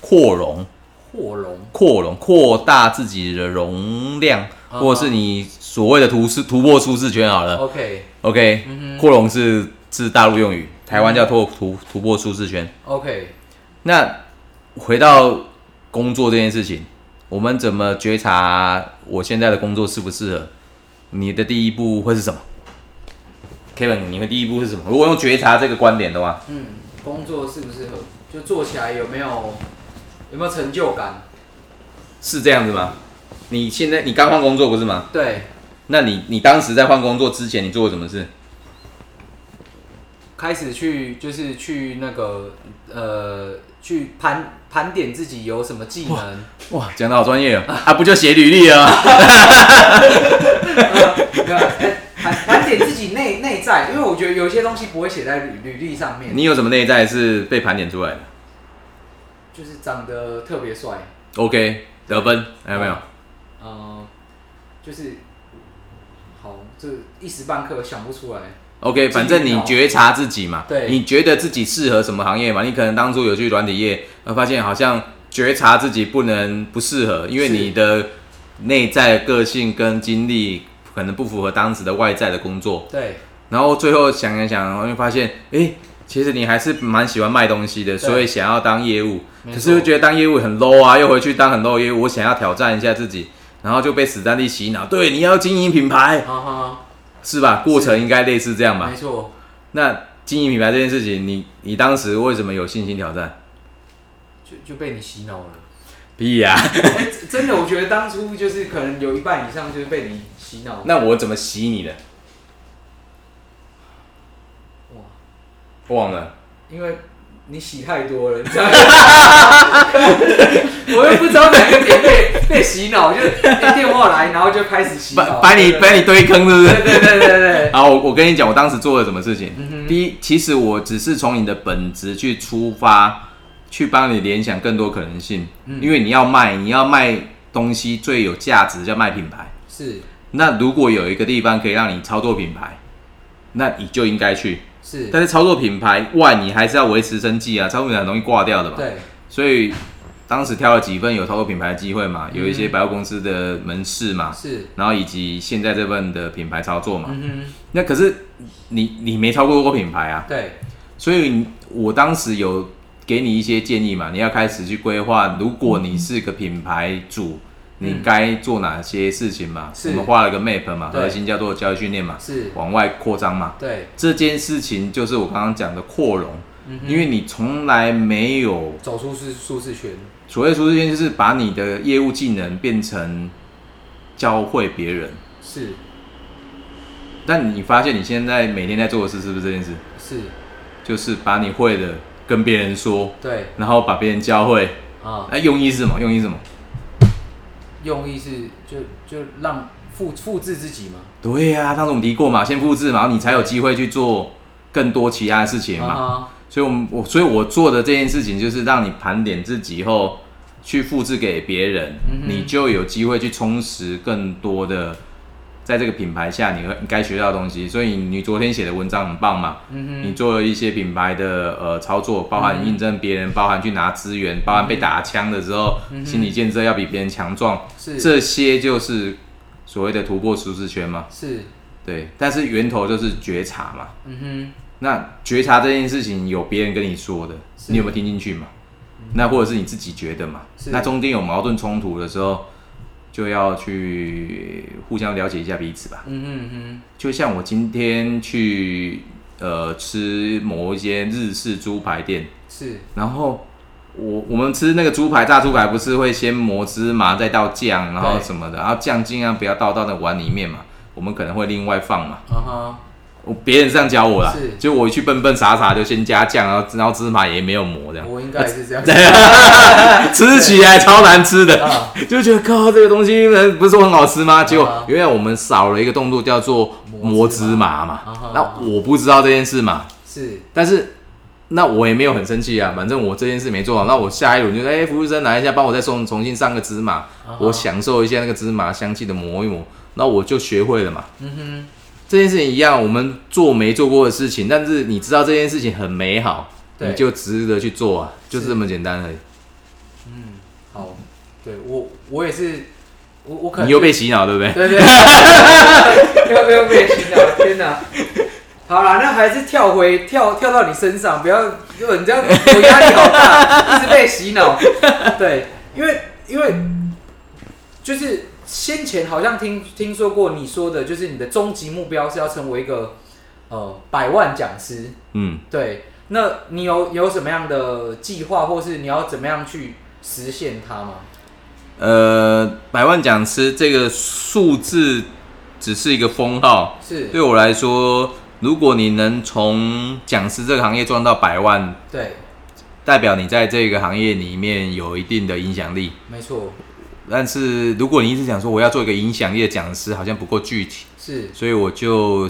Speaker 2: 扩容，
Speaker 1: 扩容
Speaker 2: 扩容，扩大自己的容量，
Speaker 1: 啊
Speaker 2: 或者是你所谓的突是突破舒适圈好了。
Speaker 1: OK
Speaker 2: OK，扩容是是大陆用语，台湾叫突突突破舒适圈。
Speaker 1: OK
Speaker 2: 那回到工作这件事情，我们怎么觉察我现在的工作适不适合？你的第一步会是什么？Kevin，你的第一步是什么？如果用觉察这个观点的话，
Speaker 1: 嗯，工作适不适合？就做起来有没有有没有成就感？
Speaker 2: 是这样子吗？你现在你刚换工作不是吗？
Speaker 1: 对，
Speaker 2: 那你你当时在换工作之前，你做过什么事？
Speaker 1: 开始去就是去那个呃，去盘盘点自己有什么技能，
Speaker 2: 哇，讲的好专业哦！啊，不就写履历了吗？ [laughs]
Speaker 1: 没有哎盘盘点自己内内在，因为我觉得有一些东西不会写在履履历上面，
Speaker 2: 你有什么内在是被盘点出来的
Speaker 1: 就是长得特别帅，
Speaker 2: ？OK，得分还有没有？
Speaker 1: 嗯、就是好，这一时半刻想不出来。
Speaker 2: OK，反正你觉察自己嘛，
Speaker 1: 对
Speaker 2: 你觉得自己适合什么行业嘛？你可能当初有去软体业，呃，发现好像觉察自己不能不适合，因为
Speaker 1: 是
Speaker 2: 你的内在个性跟经历可能不符合当时的外在的工作，
Speaker 1: 对，
Speaker 2: 然后最后想一想，然后就发现，哎、其实你还是蛮喜欢卖东西的，所以想要当业务，
Speaker 1: 没
Speaker 2: 可
Speaker 1: 错
Speaker 2: 是又觉得当业务很 low 啊，又回去当很 low 的业务，我想要挑战一下自己，然后就被史丹利洗脑，对，你要经营品牌
Speaker 1: 哈啊哈，
Speaker 2: 是吧？过程应该类似这样吧
Speaker 1: 没？错。
Speaker 2: 那经营品牌这件事情，你你当时为什么有信心挑战？ [laughs]
Speaker 1: 就就被你洗脑了、
Speaker 2: 屁呀、 [laughs]
Speaker 1: 哎真真的，我觉得当初就是可能有一半以上就是被你洗脑。
Speaker 2: 那我怎么洗你的？
Speaker 1: 哇，
Speaker 2: 忘了，
Speaker 1: 因为你洗太多了，你 [laughs] 知道吗？我又不知道哪个点被被洗脑，就是一电话来，然后就开始洗
Speaker 2: 把
Speaker 1: 脑，
Speaker 2: 把你
Speaker 1: 对
Speaker 2: 把你堆坑是不是？
Speaker 1: 对嗯对对对对，
Speaker 2: [laughs] 好，我我跟你讲，我当时做了什么事情。第一，其实我只是从你的本质去出发，去帮你联想更多可能性。
Speaker 1: 嗯
Speaker 2: 因为你要卖，你要卖东西最有价值，叫卖品牌。
Speaker 1: 是
Speaker 2: 那如果有一个地方可以让你操作品牌，那你就应该去。
Speaker 1: 是，
Speaker 2: 但是操作品牌外，你还是要维持生计啊，操作品牌很容易挂掉的嘛。
Speaker 1: 对
Speaker 2: 所以当时挑了几份有操作品牌的机会嘛，
Speaker 1: 嗯
Speaker 2: 有一些百货公司的门市嘛，
Speaker 1: 是，
Speaker 2: 然后以及现在这份的品牌操作嘛。
Speaker 1: 嗯
Speaker 2: 那可是你你没操作过品牌啊
Speaker 1: 哼，，对
Speaker 2: 所以你我当时有给你一些建议嘛，你要开始去规划，如果你是个品牌主，你该做哪些事情嘛？
Speaker 1: 嗯是
Speaker 2: 我们画了个 map 嘛，
Speaker 1: 对
Speaker 2: 核心叫做教育训练嘛，
Speaker 1: 是，
Speaker 2: 往外扩张嘛。
Speaker 1: 对，
Speaker 2: 这件事情就是我刚刚讲的扩容，因为你从来没有
Speaker 1: 走出是舒适圈，
Speaker 2: 所谓舒适圈，就是把你的业务技能变成教会别人。
Speaker 1: 是
Speaker 2: 但你发现你现在每天在做的事是不是这件事？
Speaker 1: 是，
Speaker 2: 就是把你会的跟别人说，
Speaker 1: 对
Speaker 2: 然后把别人教会。
Speaker 1: 啊，
Speaker 2: 那、用意是什么？用意是什么？
Speaker 1: 用意是就就让复复制自己嘛，
Speaker 2: 对呀、当时我们提过嘛，先复制嘛，然后你才有机会去做更多其他的事情嘛。
Speaker 1: 啊
Speaker 2: 所以我们我所以我做的这件事情就是让你盘点自己以后，去复制给别人，
Speaker 1: 嗯哼
Speaker 2: 你就有机会去充实更多的在这个品牌下你会你该学到的东西。所以你昨天写的文章很棒嘛，
Speaker 1: 嗯
Speaker 2: 你做了一些品牌的呃操作，包含印证别人，包含去拿资源，包含被打枪的时候，心理建设要比别人强壮，
Speaker 1: 哼，嗯是
Speaker 2: 这些就是所谓的突破舒适圈嘛。
Speaker 1: 是，
Speaker 2: 对，但是源头就是觉察嘛。
Speaker 1: 嗯
Speaker 2: 那觉察这件事情有别人跟你说的，
Speaker 1: 是嗯
Speaker 2: 你有没有听进去嘛？那或者是你自己觉得嘛？
Speaker 1: 是
Speaker 2: 那中间有矛盾冲突的时候，就要去互相了解一下彼此吧
Speaker 1: 哼，。嗯哼嗯
Speaker 2: 就像我今天去呃吃某一间日式猪排店，
Speaker 1: 哼，是
Speaker 2: 然后我我们吃那个猪排炸猪排，不是会先磨芝麻，再倒酱，然后
Speaker 1: 对
Speaker 2: 什么的，然后酱尽量不要倒到那碗里面嘛，我们可能会另外放嘛。
Speaker 1: 啊哈，
Speaker 2: 我别人这样教我啦
Speaker 1: 是，
Speaker 2: 就我一去笨笨傻傻就先加酱，然后然后芝麻也没有磨这样，
Speaker 1: 我应该也是这样
Speaker 2: [laughs] 吃起来超难吃的，
Speaker 1: 啊，
Speaker 2: 就觉得靠这个东西呃不是说很好吃吗？结果
Speaker 1: 啊
Speaker 2: 原来我们少了一个动作叫做磨
Speaker 1: 磨
Speaker 2: 芝
Speaker 1: 芝
Speaker 2: 麻哦嘛
Speaker 1: 啊哈，
Speaker 2: 那我不知道这件事嘛，
Speaker 1: 是
Speaker 2: 但是那我也没有很生气啊，反正我这件事没做好，那我下一轮就哎、服务生来一下，帮我再送重新上个芝麻，
Speaker 1: 啊哈
Speaker 2: 我享受一下那个芝麻香气的磨一磨，那我就学会了嘛。
Speaker 1: 嗯
Speaker 2: 这件事情一样，我们做没做过的事情，但是你知道这件事情很美好，
Speaker 1: 对
Speaker 2: 你就值得去做啊，就是这么简单而已。
Speaker 1: 哼，好，对我我也是，我我可能
Speaker 2: 你又被洗脑，对不对？
Speaker 1: 对对 [laughs] 对，没有没有变心啊！天哪！好啦，那还是跳回跳跳到你身上，不要，就你这样我压力好大，一直被洗脑。对，因为因为就是先前好像听听说过你说的，就是你的终极目标是要成为一个呃百万讲师。
Speaker 2: 嗯，
Speaker 1: 对，那你有有什么样的计划，或是你要怎么样去实现它吗？
Speaker 2: 呃，百万讲师这个数字只是一个封号，
Speaker 1: 是，
Speaker 2: 对我来说，如果你能从讲师这个行业赚到百万，
Speaker 1: 对，
Speaker 2: 代表你在这个行业里面有一定的影响力。
Speaker 1: 没错，
Speaker 2: 但是如果你一直想说我要做一个影响力的讲师，好像不够具体，
Speaker 1: 是
Speaker 2: 所以我就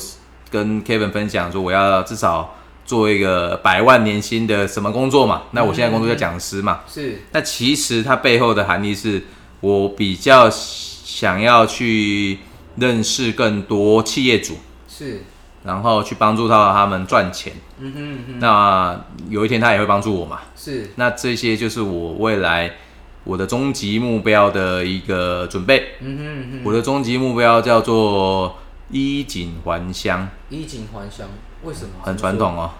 Speaker 2: 跟 Kevin 分享说，我要至少做一个百万年薪的什么工作嘛？那我现在工作叫讲师嘛。
Speaker 1: 是，
Speaker 2: 那其实它背后的含义是我比较想要去认识更多企业主，
Speaker 1: 是，
Speaker 2: 然后去帮助到他们赚钱。
Speaker 1: 嗯哼嗯哼，
Speaker 2: 那有一天他也会帮助我嘛？
Speaker 1: 是
Speaker 2: 那这些就是我未来我的终极目标的一个准备。
Speaker 1: 嗯哼嗯哼，
Speaker 2: 我的终极目标叫做衣锦还乡，
Speaker 1: 衣锦还乡，为什么？
Speaker 2: 很传。统哦，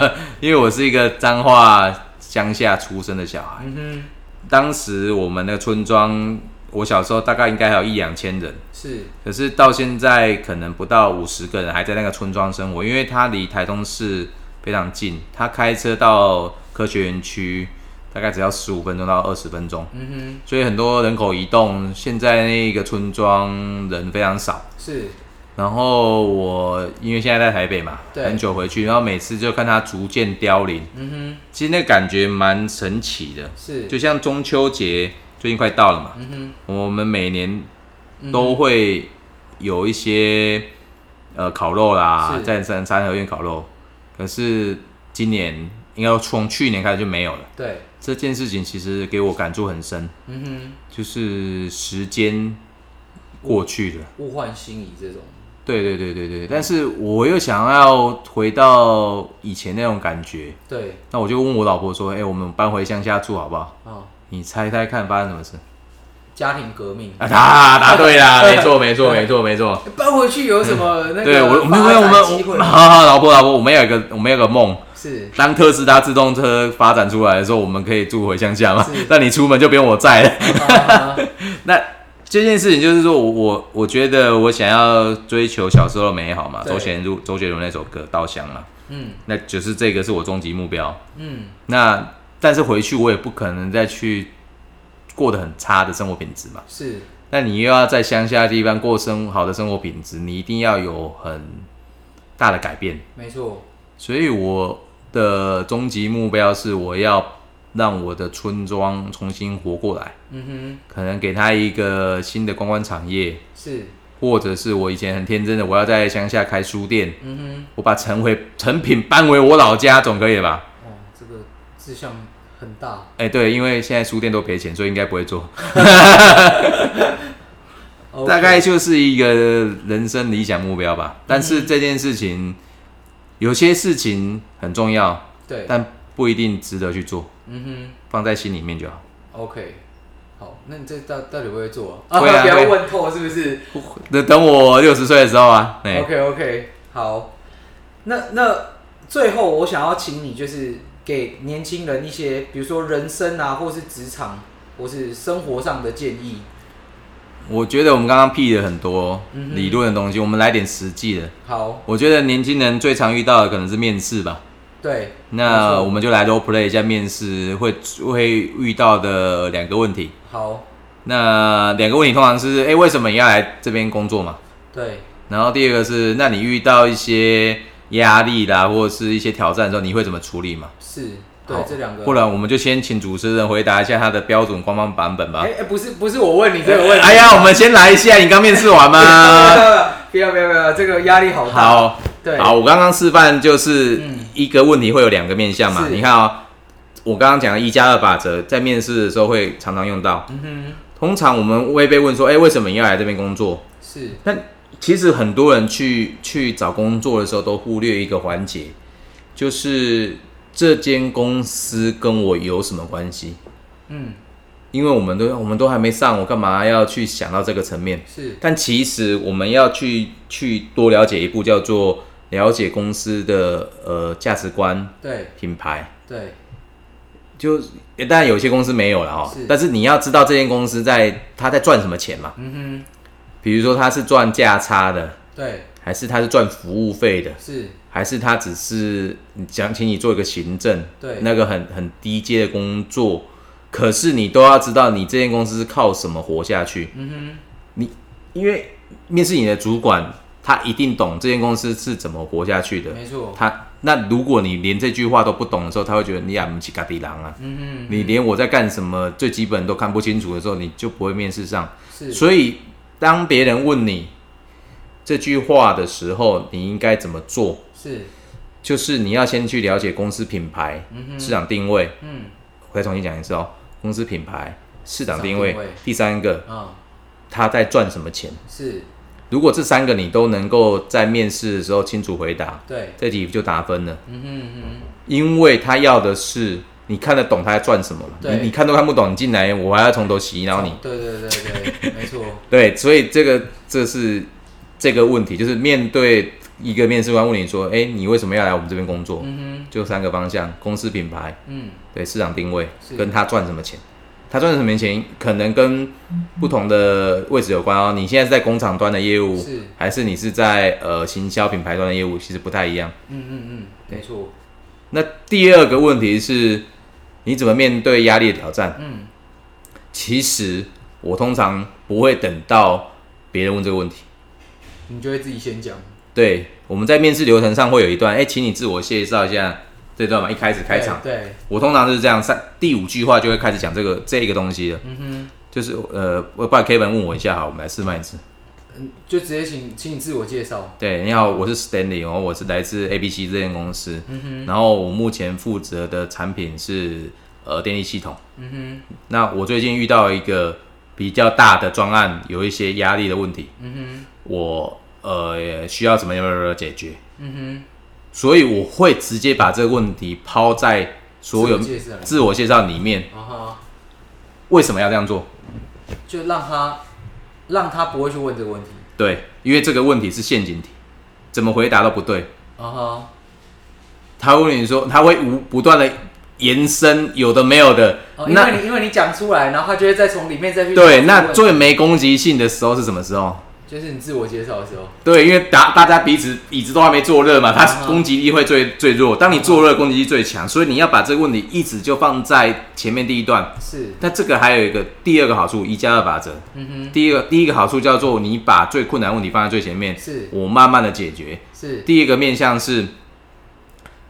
Speaker 2: [laughs] 因为我是一个彰化乡下出生的小孩。
Speaker 1: 嗯哼，
Speaker 2: 当时我们那个村庄，我小时候大概应该还有一两千人，
Speaker 1: 是
Speaker 2: 可是到现在可能不到五十个人还在那个村庄生活，因为它离台东市非常近，他开车到科学园区大概只要十五分钟到二十分钟，
Speaker 1: 嗯
Speaker 2: 所以很多人口移动，现在那个村庄人非常少。
Speaker 1: 哼，是
Speaker 2: 然后我因为现在在台北嘛，
Speaker 1: 对
Speaker 2: 很久回去，然后每次就看它逐渐凋零，
Speaker 1: 嗯
Speaker 2: 其实那感觉蛮神奇的
Speaker 1: 哼，，是
Speaker 2: 就像中秋节最近快到了嘛，
Speaker 1: 嗯
Speaker 2: 我们每年都会有一些呃烤肉啦，
Speaker 1: 是
Speaker 2: 在三三合院烤肉，可是今年应该从去年开始就没有了
Speaker 1: 哼。，对，
Speaker 2: 这件事情其实给我感触很深，
Speaker 1: 嗯
Speaker 2: 就是时间过去了。
Speaker 1: 哼，物换星移这种，
Speaker 2: 对对对对对，但是我又想要回到以前那种感觉，
Speaker 1: 对，
Speaker 2: 那我就问我老婆说：“哎、我们搬回乡下住好不好
Speaker 1: 啊，？”
Speaker 2: 你猜猜看发生什么事？
Speaker 1: 家庭革命，
Speaker 2: 啊，答答对啦，没错没错没错没错。
Speaker 1: 搬回去有什么那个？
Speaker 2: 嗯对我没有没有我们我好好老婆老婆，我们有一个我们有个梦，
Speaker 1: 是
Speaker 2: 当特斯拉自动车发展出来的时候，我们可以住回乡下嘛
Speaker 1: 是？
Speaker 2: 那你出门就不用我载了。
Speaker 1: 啊
Speaker 2: [laughs] 那这件事情就是说我我我觉得我想要追求小时候的美好嘛，
Speaker 1: 对
Speaker 2: 周贤如周杰伦那首歌《稻香》嘛，
Speaker 1: 嗯
Speaker 2: 那就是这个是我终极目标。
Speaker 1: 嗯，
Speaker 2: 那但是回去我也不可能再去过得很差的生活品质嘛。
Speaker 1: 是
Speaker 2: 那你又要在乡下的地方过生好的生活品质，你一定要有很大的改变。
Speaker 1: 没错，
Speaker 2: 所以我的终极目标是，我要让我的村庄重新活过来，
Speaker 1: 嗯
Speaker 2: 可能给他一个新的观光产业，
Speaker 1: 哼，是
Speaker 2: 或者是我以前很天真的，我要在乡下开书店，
Speaker 1: 嗯
Speaker 2: 我把成回成品搬回我老家，总可以了吧？
Speaker 1: 哼，哦，这个志向很大，
Speaker 2: 哎、对，因为现在书店都赔钱，所以应该不会做。
Speaker 1: OK
Speaker 2: 大概就是一个人生理想目标吧。但
Speaker 1: 嗯
Speaker 2: 是这件事情，有些事情很重要，
Speaker 1: 对，
Speaker 2: 但不一定值得去做，
Speaker 1: 嗯
Speaker 2: 放在心里面就好。
Speaker 1: 哼，OK，好，那你这到到底会不会做
Speaker 2: 会啊
Speaker 1: [laughs] 不
Speaker 2: 会
Speaker 1: 要问透是不是？
Speaker 2: 等等我六十岁的时候啊，哎、
Speaker 1: OK OK，好，那那最后我想要请你就是给年轻人一些，比如说人生啊，或是职场，或是生活上的建议。
Speaker 2: 我觉得我们刚刚屁了很多
Speaker 1: 嗯哼
Speaker 2: 理论的东西，我们来点实际的。
Speaker 1: 好，
Speaker 2: 我觉得年轻人最常遇到的可能是面试吧。
Speaker 1: 对，没
Speaker 2: 那
Speaker 1: 错
Speaker 2: 我们就来 role play 一下面试会会遇到的两个问题。
Speaker 1: 好，
Speaker 2: 那两个问题通常是：哎、为什么你要来这边工作嘛？
Speaker 1: 对，
Speaker 2: 然后第二个是，那你遇到一些压力啦，或者是一些挑战的时候，你会怎么处理嘛？
Speaker 1: 是，
Speaker 2: 好
Speaker 1: 对啊这两个。
Speaker 2: 不然我们就先请主持人回答一下他的标准官方版本吧
Speaker 1: 哎、。哎不是不是我问你这个问题。
Speaker 2: 哎呀，我们先来一下，你刚面试
Speaker 1: [laughs]
Speaker 2: 完吗？
Speaker 1: 不要不要不要，这个压力好大。，
Speaker 2: 好，
Speaker 1: 对，
Speaker 2: 好，我刚刚示范就是
Speaker 1: 嗯
Speaker 2: 一个问题会有两个面向嘛。
Speaker 1: 是
Speaker 2: 你看哦，我刚刚讲的一加二法则，在面试的时候会常常用到。
Speaker 1: 嗯
Speaker 2: 通常我们会被问说，哎、为什么你要来这边工作？
Speaker 1: 哼，是，
Speaker 2: 那其实很多人去去找工作的时候，都忽略一个环节，就是这间公司跟我有什么关系？
Speaker 1: 嗯，
Speaker 2: 因为我们都我们都还没上，我干嘛要去想到这个层面？
Speaker 1: 是，
Speaker 2: 但其实我们要去去多了解一步，叫做了解公司的呃价值观、
Speaker 1: 对
Speaker 2: 品牌。
Speaker 1: 对，
Speaker 2: 就当然有些公司没有了哈
Speaker 1: 是，
Speaker 2: 但是你要知道这间公司在它在赚什么钱嘛？
Speaker 1: 嗯
Speaker 2: 比如说它是赚价差的，
Speaker 1: 哼，对，
Speaker 2: 还是它是赚服务费的？
Speaker 1: 是，
Speaker 2: 还是他只是想请你做一个行政，
Speaker 1: 对
Speaker 2: 那个很很低阶的工作，可是你都要知道你这间公司是靠什么活下去。
Speaker 1: 嗯
Speaker 2: 你因为面试你的主管，他一定懂这间公司是怎么活下去的
Speaker 1: 哼，。没错，
Speaker 2: 他那如果你连这句话都不懂的时候，他会觉得你也不是咖喱狼啊，
Speaker 1: 嗯
Speaker 2: 你连我在干什么最基本都看不清楚的时候，你就不会面试上。
Speaker 1: 哼，是，
Speaker 2: 所以当别人问你这句话的时候，你应该怎么做？
Speaker 1: 是，
Speaker 2: 就是你要先去了解公司品牌、市场定位。
Speaker 1: 嗯，
Speaker 2: 我再重新讲一次哦，公司品牌、市场定位。
Speaker 1: 市场定位
Speaker 2: 第三个，
Speaker 1: 啊、
Speaker 2: 他在赚什么钱？
Speaker 1: 是，
Speaker 2: 如果这三个你都能够在面试的时候清楚回答，
Speaker 1: 对，
Speaker 2: 这题就打分了，
Speaker 1: 嗯哼嗯
Speaker 2: 因为他要的是你看得懂他在赚什么嘛
Speaker 1: 对
Speaker 2: 你你看都看不懂，你进来我还要从头洗
Speaker 1: 哼，
Speaker 2: 脑你。
Speaker 1: 对对对 [laughs] 对，没错，
Speaker 2: 对，所以这个这是这个问题，就是面对一个面试官问你说，哎，你为什么要来我们这边工作？
Speaker 1: 嗯
Speaker 2: 就三个方向：公司品牌
Speaker 1: 哼，、嗯，
Speaker 2: 对市场定位
Speaker 1: 是
Speaker 2: 跟他赚什么钱。他赚什么钱，可能跟不同的位置有关哦。你现在是在工厂端的业务，
Speaker 1: 是，
Speaker 2: 还是你是在呃行销品牌端的业务，其实不太一样。
Speaker 1: 嗯嗯嗯，没错，
Speaker 2: 那第二个问题是，你怎么面对压力的挑战？
Speaker 1: 嗯，
Speaker 2: 其实我通常不会等到别人问这个问题。
Speaker 1: 你就会自己先讲，
Speaker 2: 对，我们在面试流程上会有一段，哎、请你自我介绍一下这段嘛，一开始开场，
Speaker 1: 对，对，
Speaker 2: 我通常是这样，三第五句话就会开始讲这个这个东西了，
Speaker 1: 嗯
Speaker 2: 就是呃，我不然 Kevin 问我一下好，我们来示范一次。
Speaker 1: 哼，就直接请请你自我介绍，
Speaker 2: 对，你好，我是 Stanley，哦，我是来自 ABC 这间公司，
Speaker 1: 嗯
Speaker 2: 然后我目前负责的产品是呃电力系统。
Speaker 1: 哼，嗯哼，
Speaker 2: 那我最近遇到一个比较大的专案，有一些压力的问题，
Speaker 1: 嗯
Speaker 2: 我呃需要怎么样解决？
Speaker 1: 哼，嗯
Speaker 2: 所以我会直接把这个问题抛在所
Speaker 1: 自
Speaker 2: 有
Speaker 1: 我介绍
Speaker 2: 自我介绍里面，
Speaker 1: 哼，啊哈，
Speaker 2: 为什么要这样做？
Speaker 1: 就让他让他不会去问这个问题，
Speaker 2: 对，因为这个问题是陷阱题，怎么回答都不对。
Speaker 1: 啊哈，
Speaker 2: 他会问你说，他会无不断的延伸有的没有的，
Speaker 1: 哦，因
Speaker 2: 那
Speaker 1: 为你因为你讲出来，然后他就会再从里面再去
Speaker 2: 对，
Speaker 1: 问
Speaker 2: 那最没攻击性的时候是什么时候？
Speaker 1: 就是你自我介绍的时候，
Speaker 2: 对，因为大大家彼此椅子都还没坐热嘛，
Speaker 1: 嗯
Speaker 2: 他
Speaker 1: 哼
Speaker 2: 攻击力会最最弱。当你坐热，攻击力最强，所以你要把这个问题一直就放在前面第一段。
Speaker 1: 是，
Speaker 2: 那这个还有一个第二个好处，一加二法则。
Speaker 1: 嗯
Speaker 2: 第一个第一个好处叫做你把最困难的问题放在最前面
Speaker 1: 哼，，是
Speaker 2: 我慢慢的解决。
Speaker 1: 是，
Speaker 2: 第一个面向是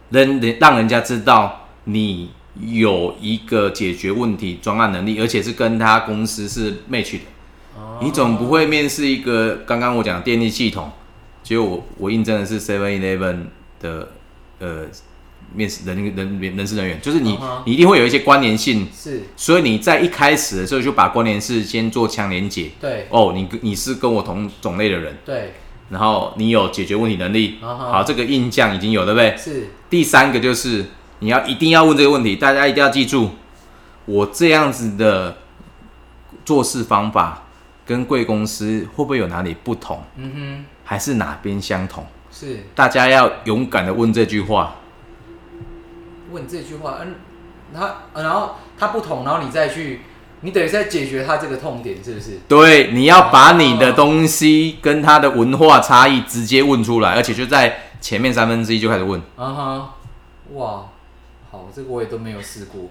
Speaker 2: 人人让人家知道你有一个解决问题专案能力，而且是跟他公司是 match 的。
Speaker 1: 哦
Speaker 2: 你总不会面试一个刚刚我讲的电力系统，结果我我应征的是 Seven Eleven 的呃面试人人人人事人员，就是你、
Speaker 1: 嗯哼
Speaker 2: 你一定会有一些关联性，
Speaker 1: 是，
Speaker 2: 所以你在一开始的时候就把关联性先做强连结。
Speaker 1: 对
Speaker 2: 哦，你你是跟我同种类的人，
Speaker 1: 对
Speaker 2: 然后你有解决问题能力，
Speaker 1: 嗯哼
Speaker 2: 好，这个印象已经有，对不对？
Speaker 1: 是，
Speaker 2: 第三个就是你要一定要问这个问题，大家一定要记住，我这样子的做事方法跟贵公司会不会有哪里不同，
Speaker 1: 嗯
Speaker 2: 还是哪边相同？
Speaker 1: 哼，是
Speaker 2: 大家要勇敢的问这句话，
Speaker 1: 问这句话，嗯，他呃然后他不同，然后你再去，你等于在解决他这个痛点，是不是？
Speaker 2: 对，你要把你的东西跟他的文化差异直接问出来，而且就在前面三分之一就开始问。
Speaker 1: 啊哈，哇，好，这个我也都没有试过，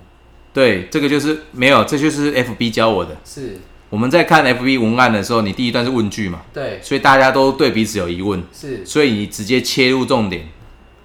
Speaker 2: 对，这个就是没有，这就是 FB 教我的。
Speaker 1: 是
Speaker 2: 我们在看 FB 文案的时候，你第一段是问句嘛，
Speaker 1: 对
Speaker 2: 所以大家都对彼此有疑问，
Speaker 1: 是，
Speaker 2: 所以你直接切入重点。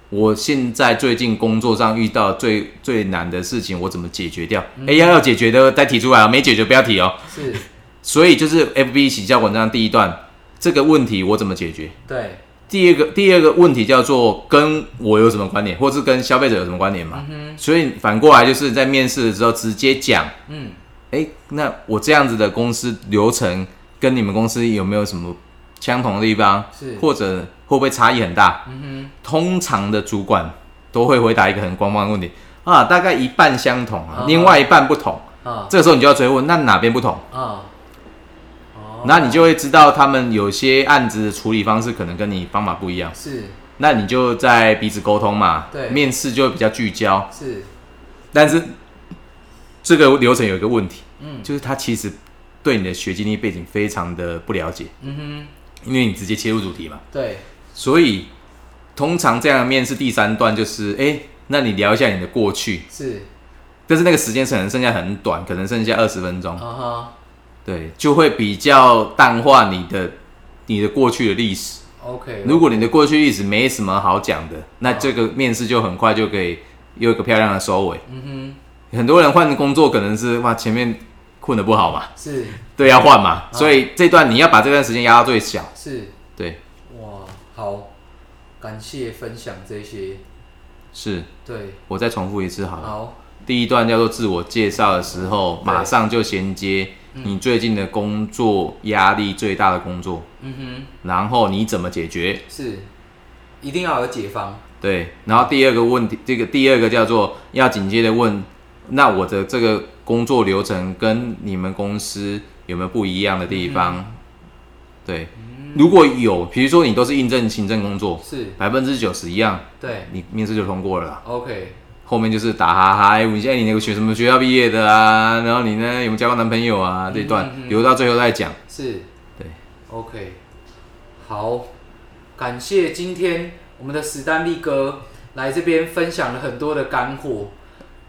Speaker 2: 我现在最近工作上遇到最最难的事情，我怎么解决掉？哎、要要解决的再提出来哦，没解决不要提哦。
Speaker 1: 是，
Speaker 2: 所以就是 FB 起教文章第一段这个问题我怎么解决？
Speaker 1: 对，
Speaker 2: 第二个第二个问题叫做跟我有什么关联，或是跟消费者有什么关联嘛？所以反过来就是在面试的时候直接讲，
Speaker 1: 嗯，
Speaker 2: 哎、那我这样子的公司流程跟你们公司有没有什么相同的地方？
Speaker 1: 是
Speaker 2: 或者会不会差异很大？
Speaker 1: 嗯
Speaker 2: 通常的主管都会回答一个很官方的问题啊，大概一半相同啊
Speaker 1: 啊，
Speaker 2: 另外一半不同。
Speaker 1: 哼，啊
Speaker 2: 这个时候你就要追问，那哪边不同？
Speaker 1: 啊，哦，
Speaker 2: 那你就会知道他们有些案子的处理方式可能跟你方法不一样，
Speaker 1: 是
Speaker 2: 那你就在彼此沟通嘛。
Speaker 1: 对
Speaker 2: 面试就会比较聚焦。
Speaker 1: 是，
Speaker 2: 但是这个流程有一个问题，
Speaker 1: 嗯
Speaker 2: 就是他其实对你的学经历背景非常的不了解，
Speaker 1: 嗯
Speaker 2: 因为你直接切入主题嘛。
Speaker 1: 哼，对，
Speaker 2: 所以通常这样的面试第三段就是，哎、那你聊一下你的过去，
Speaker 1: 是，
Speaker 2: 但是那个时间可能剩下很短，可能剩下二十分钟
Speaker 1: 啊，哈
Speaker 2: 对，就会比较淡化你的你的过去的历史。
Speaker 1: ，OK，
Speaker 2: 如果你的过去历史没什么好讲的，那这个面试就很快就可以有一个漂亮的收尾。
Speaker 1: 嗯
Speaker 2: 很多人换工作可能是哇前面混的不好嘛，
Speaker 1: 哼，是
Speaker 2: 对，要换嘛，所以这段你要把这段时间压到最小。
Speaker 1: 是，
Speaker 2: 对，
Speaker 1: 哇，好，感谢分享这些，
Speaker 2: 是
Speaker 1: 对，
Speaker 2: 我再重复一次好了。
Speaker 1: 好，
Speaker 2: 第一段叫做自我介绍的时候，
Speaker 1: 对
Speaker 2: 马上就衔接你最近的工作压力最大的工作，
Speaker 1: 嗯
Speaker 2: 然后你怎么解决
Speaker 1: 哼，？是，一定要有解方，
Speaker 2: 对，然后第二个问题，这个第二个叫做要紧接着问，那我的这个工作流程跟你们公司有没有不一样的地方？对，如果有，比如说你都是印证行政工作，
Speaker 1: 是
Speaker 2: 百分之九十一样，
Speaker 1: 对
Speaker 2: 你面试就通过了啦。
Speaker 1: ，OK，
Speaker 2: 后面就是打哈哈，哎，你现在你那个学什么学校毕业的啊？然后你呢有没有交过男朋友啊？这一段
Speaker 1: 嗯嗯嗯
Speaker 2: 留到最后再讲。
Speaker 1: 是，
Speaker 2: 对
Speaker 1: ，OK，好，感谢今天我们的史丹利哥来这边分享了很多的干货，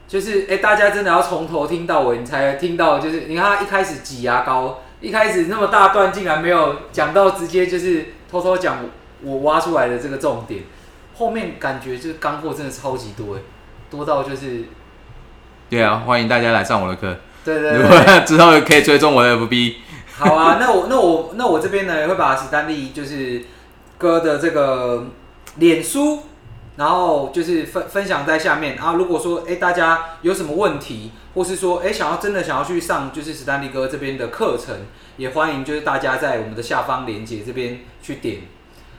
Speaker 1: 就是哎、诶大家真的要从头听到尾，你才听到，就是你看他一开始挤牙膏，一开始那么大段竟然没有讲到，直接就是偷偷讲我挖出来的这个重点，后面感觉就是干货真的超级多，诶多到就是
Speaker 2: 对啊，欢迎大家来上我的课。
Speaker 1: 对对
Speaker 2: 如
Speaker 1: 对
Speaker 2: 果。 [laughs] 之后可以追踪我的 FB，
Speaker 1: 好啊，那我那我那我这边呢也会把史丹利就是哥的这个脸书，然后就是分分享在下面啊。如果说哎、诶大家有什么问题，或是说哎、诶想要真的想要去上就是史丹利哥这边的课程，也欢迎就是大家在我们的下方链接这边去点。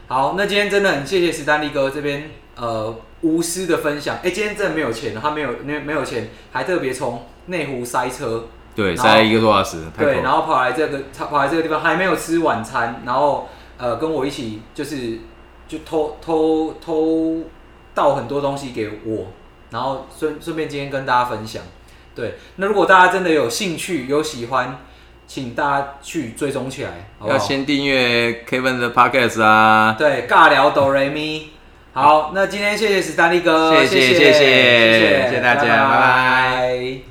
Speaker 1: 好，那今天真的很谢谢史丹利哥这边呃无私的分享。哎、今天真的没有钱，他没有没有没有钱，还特别从内湖塞车。
Speaker 2: 对，
Speaker 1: 然后
Speaker 2: 塞一个多小时，太
Speaker 1: 对，
Speaker 2: 苦
Speaker 1: 然
Speaker 2: 了。
Speaker 1: 后跑来这个，他跑来这个地方还没有吃晚餐，然后呃跟我一起就是就偷偷偷倒很多东西给我，然后顺顺便今天跟大家分享。对，那如果大家真的有兴趣有喜欢，请大家去追踪起来，好不
Speaker 2: 要
Speaker 1: 好？
Speaker 2: 先订阅 Kevin 的 Podcast 啊，
Speaker 1: 对，尬聊哆瑞咪。好，那今天谢谢史丹利哥，
Speaker 2: 谢
Speaker 1: 谢
Speaker 2: 谢
Speaker 1: 谢
Speaker 2: 谢谢谢谢大家
Speaker 1: 拜
Speaker 2: 拜
Speaker 1: 拜